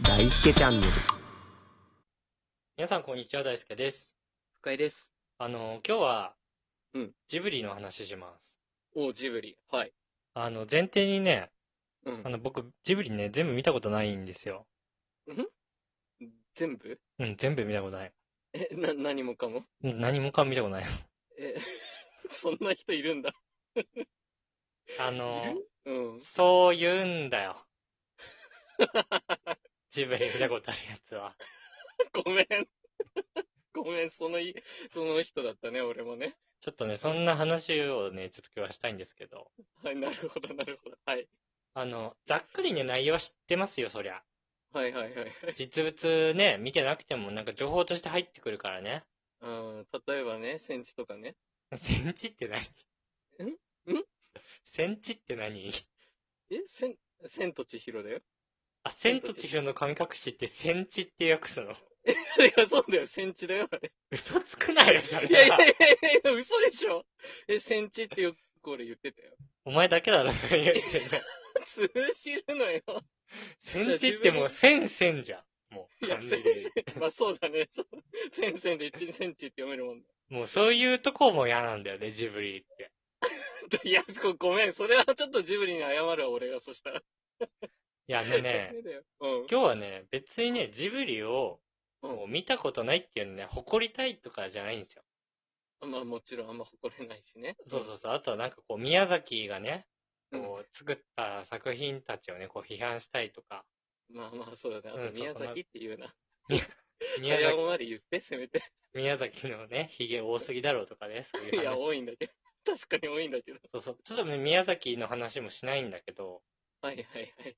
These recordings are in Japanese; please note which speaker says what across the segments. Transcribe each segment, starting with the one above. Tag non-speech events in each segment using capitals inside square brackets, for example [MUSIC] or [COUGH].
Speaker 1: 大輔チャンネル。
Speaker 2: 皆さん、こんにちは。大輔です。
Speaker 3: 深井です。
Speaker 2: あの、今日は
Speaker 3: うん、
Speaker 2: ジブリの話します。
Speaker 3: おう、ジブリ。はい。
Speaker 2: あの、前提にね、
Speaker 3: うん
Speaker 2: あ。の、僕、ジブリね、全部見たことないんですよ。
Speaker 3: 全部
Speaker 2: うん、全部見たことない。
Speaker 3: え、な、何もかも
Speaker 2: うん何もかも見たこと
Speaker 3: [LAUGHS]
Speaker 2: ない。
Speaker 3: え、そんな人いるんだ。
Speaker 2: あの、
Speaker 3: うん。 [LAUGHS]
Speaker 2: そう言うんだよ。ジブリ見たことあるやつは。
Speaker 3: ごめん。 [LAUGHS] ごめん、そのい、その人だったね、俺もね。
Speaker 2: ちょっとね、そんな話をね、ちょっと今日はしたいんですけど。
Speaker 3: はい、なるほど、なるほど。はい。
Speaker 2: あの、ざっくりね、内容は知ってますよ、そりゃ。
Speaker 3: はい、はい、はいはい。
Speaker 2: 実物ね、見てなくても、なんか情報として入ってくるからね。
Speaker 3: うん。例えばね、センチとかね。
Speaker 2: センチって何
Speaker 3: んん
Speaker 2: センチって何
Speaker 3: え、セン、センと千尋だよ。 [LAUGHS]
Speaker 2: あ、千と千尋の神隠しってセンチって訳すの
Speaker 3: いや、そうだよ、センチだよ、あれ。
Speaker 2: 嘘つくなよ、そ
Speaker 3: いや
Speaker 2: れ
Speaker 3: いや
Speaker 2: はい
Speaker 3: やいや、嘘でしょ。え、センチってよく俺言ってたよ。 [LAUGHS]
Speaker 2: お前だけだろ、何言ってんの。
Speaker 3: 通じるのよ。
Speaker 2: センチってもう、センセンじゃん。もう、
Speaker 3: いや、
Speaker 2: 感
Speaker 3: セ
Speaker 2: じ
Speaker 3: ン
Speaker 2: で。
Speaker 3: セン、まあそうだね。そうセンセンで1センチって読めるもんね。 [LAUGHS]
Speaker 2: もう、そういうとこも嫌なんだよね、ジブリって。
Speaker 3: いや、ごごめん。それはちょっとジブリに謝るわ、俺が。そしたら。
Speaker 2: いや、あのね、
Speaker 3: [LAUGHS] ダメだようん。
Speaker 2: 今日はね、別にね、ジブリ
Speaker 3: う
Speaker 2: を、
Speaker 3: ん
Speaker 2: もう見たことないっていうのね、誇りたいとかじゃないんですよ。
Speaker 3: まあもちろんあんま誇れないしね。
Speaker 2: そうそうそう。あとはなんかこう、宮崎がね、
Speaker 3: うん
Speaker 2: こう、作った作品たちをね、こう、批判したいとか、
Speaker 3: まあまあそうだ
Speaker 2: う
Speaker 3: ね。
Speaker 2: ん
Speaker 3: あ
Speaker 2: そう
Speaker 3: と
Speaker 2: そう
Speaker 3: 宮崎っていうな。
Speaker 2: 宮
Speaker 3: 早
Speaker 2: 崎、
Speaker 3: 尾まで言って、せめて。
Speaker 2: 宮崎のね、ヒゲ多すぎだろうとかね、そうい
Speaker 3: いうや、
Speaker 2: 話。
Speaker 3: 多いんだけど。確かに多いんだけど。
Speaker 2: そうそう。ちょっとね宮崎の話もしないんだけど、
Speaker 3: はいはいはい。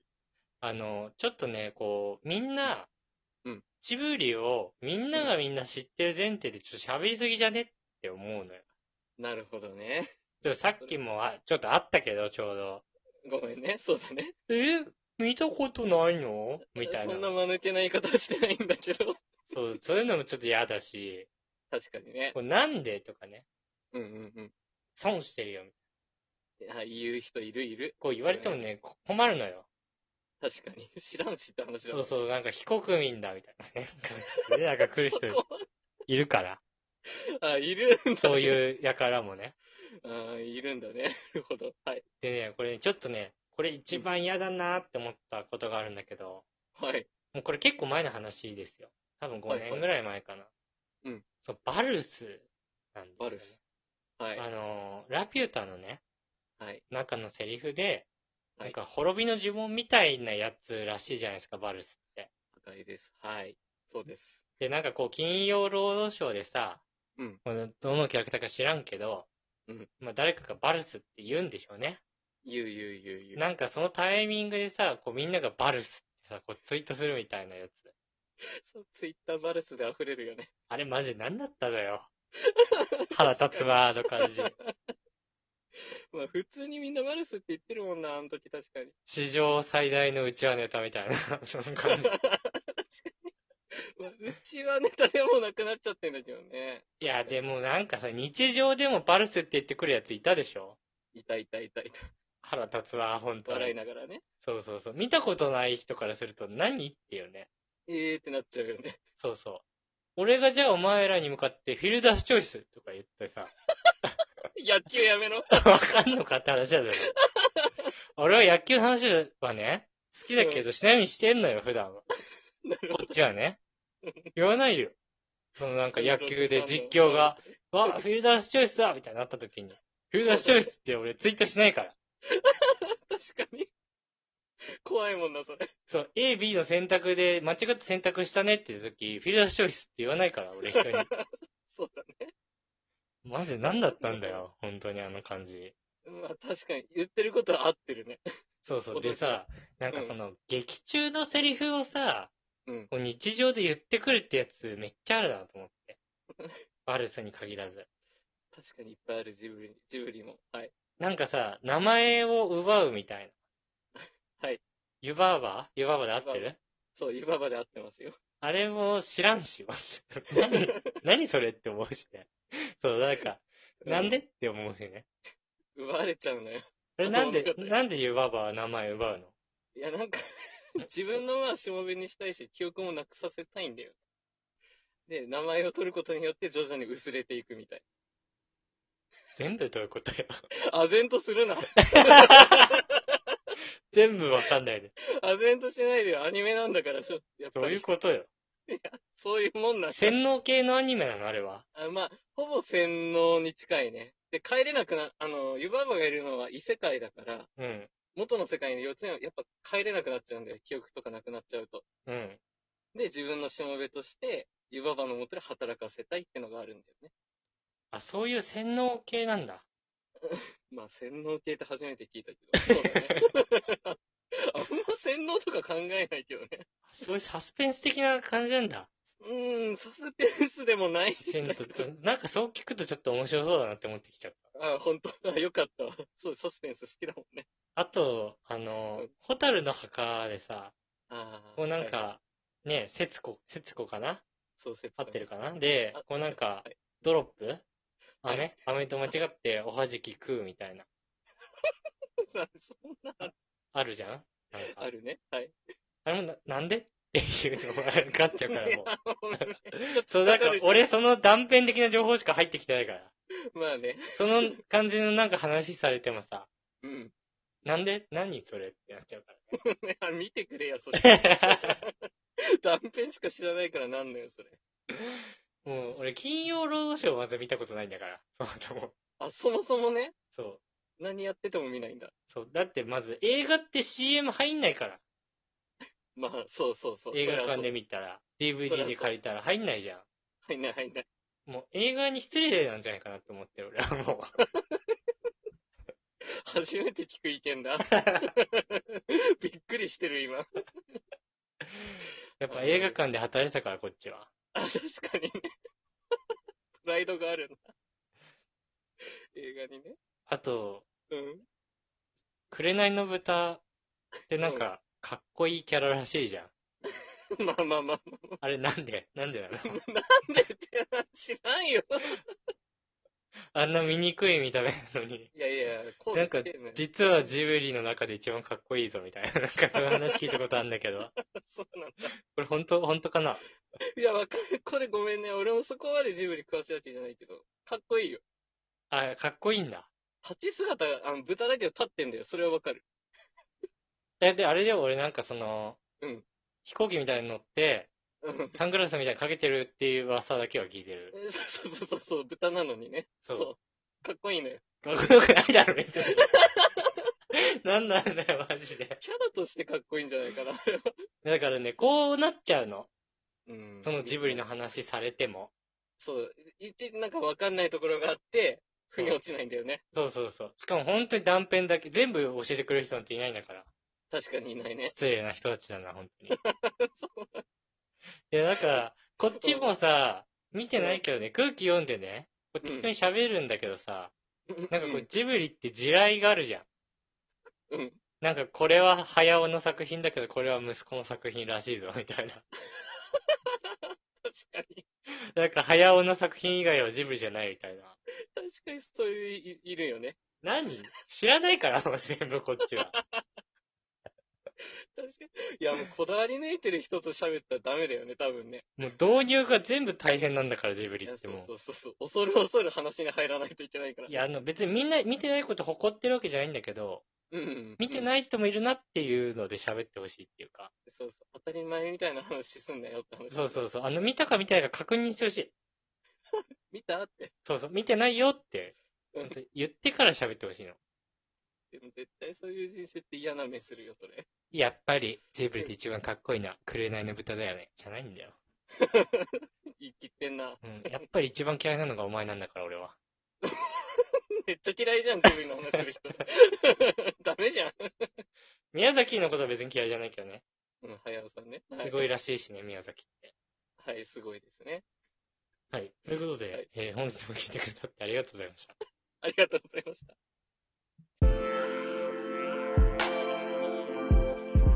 Speaker 2: あの、ちょっとね、こう、みんな、
Speaker 3: うん
Speaker 2: ジブリを、みんながみんな知ってる前提で、ちょっと喋りすぎじゃねって思うのよ。
Speaker 3: なるほどね。
Speaker 2: ちょっとさっきもあ、ちょっとあったけど、ちょうど。
Speaker 3: ごめんね。そうだね。
Speaker 2: え見たことないのみたい
Speaker 3: そんな
Speaker 2: な。
Speaker 3: 間抜けな言い方はしてないんだけど。
Speaker 2: そう、そういうのもちょっと嫌だし、
Speaker 3: 確かにね。
Speaker 2: こうなんでとかね。
Speaker 3: うんうん
Speaker 2: 損してるよ。
Speaker 3: うん。あ、言う人いるいる。
Speaker 2: こう言われてもね、こ困るのよ。
Speaker 3: 確かに。知らんしって話だも
Speaker 2: そ
Speaker 3: ん
Speaker 2: うそう、なんか非国民だ、みたいな [LAUGHS] ね感じでね。なんか来る人
Speaker 3: そこ
Speaker 2: いるから。
Speaker 3: あ、いるんだ、ね。
Speaker 2: そう
Speaker 3: う。
Speaker 2: いうやからもね。
Speaker 3: あいるんだね。なるほど。はい。
Speaker 2: でね、これね、ちょっとね、これ一番嫌だなって思ったことがあるんだけど、
Speaker 3: はい。
Speaker 2: もうこれ結構前の話ですよ。多分
Speaker 3: は
Speaker 2: 5
Speaker 3: いはい
Speaker 2: 年ぐらい前かな。
Speaker 3: うん
Speaker 2: そう、バルスなんですよ、
Speaker 3: バ
Speaker 2: ね。
Speaker 3: ルス。はい。
Speaker 2: あのー、ラピュタのね、
Speaker 3: はい。
Speaker 2: 中のセリフで、
Speaker 3: は
Speaker 2: ないんか滅びの呪文みたいなやつらしいじゃないですか、バルスって。
Speaker 3: 高いです。はい。そうです。
Speaker 2: で、なんかこう、金曜ロードショーでさ、
Speaker 3: うん
Speaker 2: このどのキャラクターか知らんけど、
Speaker 3: うん
Speaker 2: まあ誰かがバルスって言うんでしょうね。
Speaker 3: ゆうゆうゆうゆう。
Speaker 2: なんかそのタイミングでさ、こうみんながバルスってさ、こうツイートするみたいなやつ。
Speaker 3: そうツイッターバルスで溢れるよね。
Speaker 2: あれマジ何だったの
Speaker 3: [LAUGHS]
Speaker 2: よ。腹立つわ、あの感じ。
Speaker 3: まあ、普通にみんなバルスって言ってるもんな、あの時確か
Speaker 2: [LAUGHS]
Speaker 3: に。
Speaker 2: 史上最大のうちはネタみたいな、その
Speaker 3: [LAUGHS]
Speaker 2: 感じ。
Speaker 3: まあ、うちはネタでもなくなっちゃってんだけどね。
Speaker 2: いや、でもなんかさ、日常でもバルスって言ってくるやついたでしょ
Speaker 3: いたいたいたいた。
Speaker 2: 腹立つわ、本当
Speaker 3: 笑いながらね。
Speaker 2: そうそうそう。見たことない人からすると何ってよね。
Speaker 3: えーってなっちゃうよね。 [LAUGHS]
Speaker 2: そうそう。俺がじゃあお前らに向かってフィルダースチョイスとか言って [LAUGHS] さ、
Speaker 3: 野球やめろ。
Speaker 2: わかんのかって話だよ。俺は野球の話はね、好きだけど、しなみにしてんのよ、普段は。
Speaker 3: なるほ
Speaker 2: こっちはね。言わないよ。そのなんか野球で実況が、わあ、フィルダースチョイスだみたいになった時に、フィルダースチョイスって俺ツイートしないから。
Speaker 3: ど。確かに。怖いもんな、それ。
Speaker 2: そう、A、B の選択で間違って選択したねっていう時、フィルダースチョイスって言わないから、俺人に。
Speaker 3: そうだね。
Speaker 2: マジで何だったんだよ、本当にあの感じ。
Speaker 3: まあ確かに、言ってることは合ってるね。 [LAUGHS]
Speaker 2: そうそう。
Speaker 3: そう
Speaker 2: で
Speaker 3: ですよ
Speaker 2: さ、なんか
Speaker 3: うん
Speaker 2: その、劇中のセリフをさ、
Speaker 3: うん
Speaker 2: こう日常で言ってくるってやつめっちゃあるなと思
Speaker 3: [LAUGHS]
Speaker 2: って。バルスに限らず。
Speaker 3: 確かにいっぱいあるジブリ、ジブリも。はい。
Speaker 2: なんかさ、名前を奪うみたいな。
Speaker 3: はい。
Speaker 2: 湯婆婆湯婆婆で合って
Speaker 3: 湯婆
Speaker 2: る
Speaker 3: そう、湯婆婆で合ってますよ。
Speaker 2: あれも知らんし、
Speaker 3: [LAUGHS]
Speaker 2: 何、何それって思うしね。そう、なんか、なんでって思うしね。
Speaker 3: 奪われちゃうのよ。
Speaker 2: あれなんで
Speaker 3: わか、んない
Speaker 2: なんで湯婆婆は名前奪うの
Speaker 3: いや、なんか [LAUGHS] 自分のまあしもべにしたいし、記憶もなくさせたいんだよ。で、名前を取ることによって徐々に薄れていくみたい。
Speaker 2: 全部どういうこと
Speaker 3: [LAUGHS]
Speaker 2: よ。
Speaker 3: 唖然とする
Speaker 2: [LAUGHS]
Speaker 3: な。
Speaker 2: 全部わかんないで。
Speaker 3: 唖然としないでよ。アニメなんだから、ちょっと、やっ
Speaker 2: ど
Speaker 3: ぱ
Speaker 2: ういう
Speaker 3: り、
Speaker 2: ことよ。
Speaker 3: そういうもん [LAUGHS] なんだ
Speaker 2: 洗脳系のアニメなのあれは。
Speaker 3: あまあ、ほぼ洗脳に近いね。で、帰れなくな、あの、湯婆婆がいるのは異世界だから、
Speaker 2: うん。
Speaker 3: 元の世界に幼稚園はやっぱ帰れなくなっちゃうんだよ。記憶とかなくなっちゃうと。
Speaker 2: うん。
Speaker 3: で、自分のしもべとして、湯婆婆のもとで働かせたいってのがあるんだよね。
Speaker 2: あ、そういう洗脳系なんだ。
Speaker 3: まあ、洗脳系って初めて聞いたけど。そうだ
Speaker 2: [LAUGHS]
Speaker 3: ね。あんま洗脳とか考えないけどね。
Speaker 2: そういうサスペンス的な感じなんだ。
Speaker 3: うーん、サスペンスでもない。
Speaker 2: 千と千
Speaker 3: [LAUGHS]
Speaker 2: なんかそう聞くとちょっと面白そうだなって思ってきちゃった。
Speaker 3: あ、本当あ、よかったわ。そう、サスペンス好きだもんね。
Speaker 2: あと、あの
Speaker 3: うん、
Speaker 2: ホタルの墓でさ、
Speaker 3: ああ。
Speaker 2: こうなん
Speaker 3: はい、
Speaker 2: か、ね、節子、節子かな
Speaker 3: そう説
Speaker 2: 合ってるかなで
Speaker 3: あ、
Speaker 2: こうなん
Speaker 3: は
Speaker 2: か
Speaker 3: い、
Speaker 2: ドロップ
Speaker 3: はい
Speaker 2: 飴飴と間違っておはじき食うみたいな。
Speaker 3: さ [LAUGHS] そんな
Speaker 2: あるじゃんなんか。
Speaker 3: あるね。はい。
Speaker 2: あれもな、なんでっていうのが分かっちゃうからも
Speaker 3: [LAUGHS]
Speaker 2: う。
Speaker 3: ちょっと
Speaker 2: そう、なんか
Speaker 3: わるじゃん
Speaker 2: 俺その断片的な情報しか入ってきてないから。
Speaker 3: まあね。
Speaker 2: その感じのなんか話されてもさ、 [LAUGHS]
Speaker 3: うん。 [LAUGHS]
Speaker 2: なんで何それってなっちゃうから。
Speaker 3: あ見てくれや、それ。 [LAUGHS] 断片しか知らないからなんのよ、それ。
Speaker 2: もう、俺、金曜ロードショーをまず見たことないんだから。そう、でも
Speaker 3: あ、そもそもね。
Speaker 2: そう。
Speaker 3: 何やってても見ないんだ。
Speaker 2: そう。だって、まず、映画って CM 入んないから。
Speaker 3: まあ、そうそうそう。
Speaker 2: 映画
Speaker 3: そりゃそ
Speaker 2: 館
Speaker 3: う
Speaker 2: で見たら、
Speaker 3: そりゃ
Speaker 2: DVD
Speaker 3: そう
Speaker 2: で借りたら入んないじゃ
Speaker 3: 入んない、入んない。
Speaker 2: ん。もう、映画に失礼なんじゃないかなと思ってる、俺は
Speaker 3: [LAUGHS]
Speaker 2: も
Speaker 3: 初めて聞く意見
Speaker 2: [LAUGHS]
Speaker 3: だ。びっくりしてる、今。
Speaker 2: う。やっぱ映画館で働いてたから、こっちは。
Speaker 3: あ、確かにね。プライドがあるな。映画にね。
Speaker 2: あと、
Speaker 3: うん。
Speaker 2: 紅の豚ってなんか、かっこいいキャラらしいじゃん。
Speaker 3: まあまあまあま
Speaker 2: あれ、なんで [LAUGHS] なんでなの
Speaker 3: あ。なんでって知らんよ。
Speaker 2: あんな醜い見た目なのに。
Speaker 3: いやいや、こう
Speaker 2: なんか
Speaker 3: 言ってね、
Speaker 2: 実はジブリの中で一番かっこいいぞみたいな、なん [LAUGHS] かそういう話聞いたことあるんだけど、
Speaker 3: そうなんだ。
Speaker 2: これ本当、本当かない
Speaker 3: や、わかる。これごめんね。俺もそこまでジブリ詳しいわけじゃないけど。かっこいいよ。
Speaker 2: あ、かっこいいんだ。
Speaker 3: 立ち姿が、あの、豚だけど立ってんだよ。それはわかる。
Speaker 2: え、で、あれで俺なんかその、
Speaker 3: うん
Speaker 2: 飛行機みたいに乗って、
Speaker 3: うん。 [LAUGHS]
Speaker 2: サングラスみたいにかけてるっていう噂だけは聞いてる。
Speaker 3: そうそうそうそう、豚なのにね。
Speaker 2: そう
Speaker 3: かっこいいのよ。
Speaker 2: かっこよくないだろ、別に。なんなんだよ、マジで。
Speaker 3: キャラとしてかっこいいんじゃないかな。 [LAUGHS]
Speaker 2: だからね、こうなっちゃうの。
Speaker 3: うん
Speaker 2: そのジブリの話されても。
Speaker 3: そう。いちいちなんかわかんないところがあって、腑に落ちないんだよね。
Speaker 2: そうそうそう。しかも本当に断片だけ、全部教えてくれる人なんていないんだから。
Speaker 3: 確かにいないね。 [LAUGHS]
Speaker 2: 失礼な人たちだな、本当に。
Speaker 3: そう
Speaker 2: いや、だから、こっちもさ、見てないけどね、空気読んでね、こう適当に喋るんだけどさ、なんかこう、ジブリって地雷があるじゃん。
Speaker 3: うん、うん。
Speaker 2: なんか、これは早尾の作品だけど、これは息子の作品らしいぞ、みたいな。
Speaker 3: 確かに。
Speaker 2: なんか、早尾の作品以外はジブリじゃないみたいな。
Speaker 3: 確かにそういうい、いるよね。
Speaker 2: 何知らないから、も [LAUGHS] う全部こっちは。
Speaker 3: 確かに。いや、もうこだわり抜いてる人と喋ったらダメだよね、多分ね。
Speaker 2: もう導入が全部大変なんだから、ジブ
Speaker 3: い
Speaker 2: リ
Speaker 3: や、
Speaker 2: っ
Speaker 3: そ
Speaker 2: て
Speaker 3: う
Speaker 2: もう。
Speaker 3: そうそうそう。恐る恐る話に入らないといけないから。
Speaker 2: いや、あの、別にみんな見てないこと誇ってるわけじゃないんだけど、
Speaker 3: うんうん。
Speaker 2: 見て
Speaker 3: い、
Speaker 2: ない人もいるなっていうので喋ってほしいっていうか。
Speaker 3: そうそう。当たり前みたいな話すんなよって話。
Speaker 2: そうそうそう。あの、見たか見てないか確認してほしい。
Speaker 3: 見たって。
Speaker 2: そうそう、見てないよって、ち
Speaker 3: う
Speaker 2: ゃ
Speaker 3: ん
Speaker 2: んと言ってから喋ってほしいの。
Speaker 3: でも絶対そういう人種って嫌な目するよ、それ。
Speaker 2: やっぱり、ジブリで一番かっこいいのは、紅の豚だよね。じゃないんだよ。
Speaker 3: [LAUGHS] 言い切ってんな。
Speaker 2: うん。やっぱり一番嫌いなのがお前なんだから、俺は。
Speaker 3: めっちゃ嫌いじゃん、自分の話 [LAUGHS] する人。ダメじゃん。
Speaker 2: 宮崎のことは別に嫌いじゃないけどね。
Speaker 3: うん、早尾さんね。
Speaker 2: すごいらしいしね、宮崎って。
Speaker 3: はい。はい、すごいですね。
Speaker 2: はい。ということで、
Speaker 3: はい
Speaker 2: えー本日も聞いてくださってありがとうございました。
Speaker 3: ありがとうございました。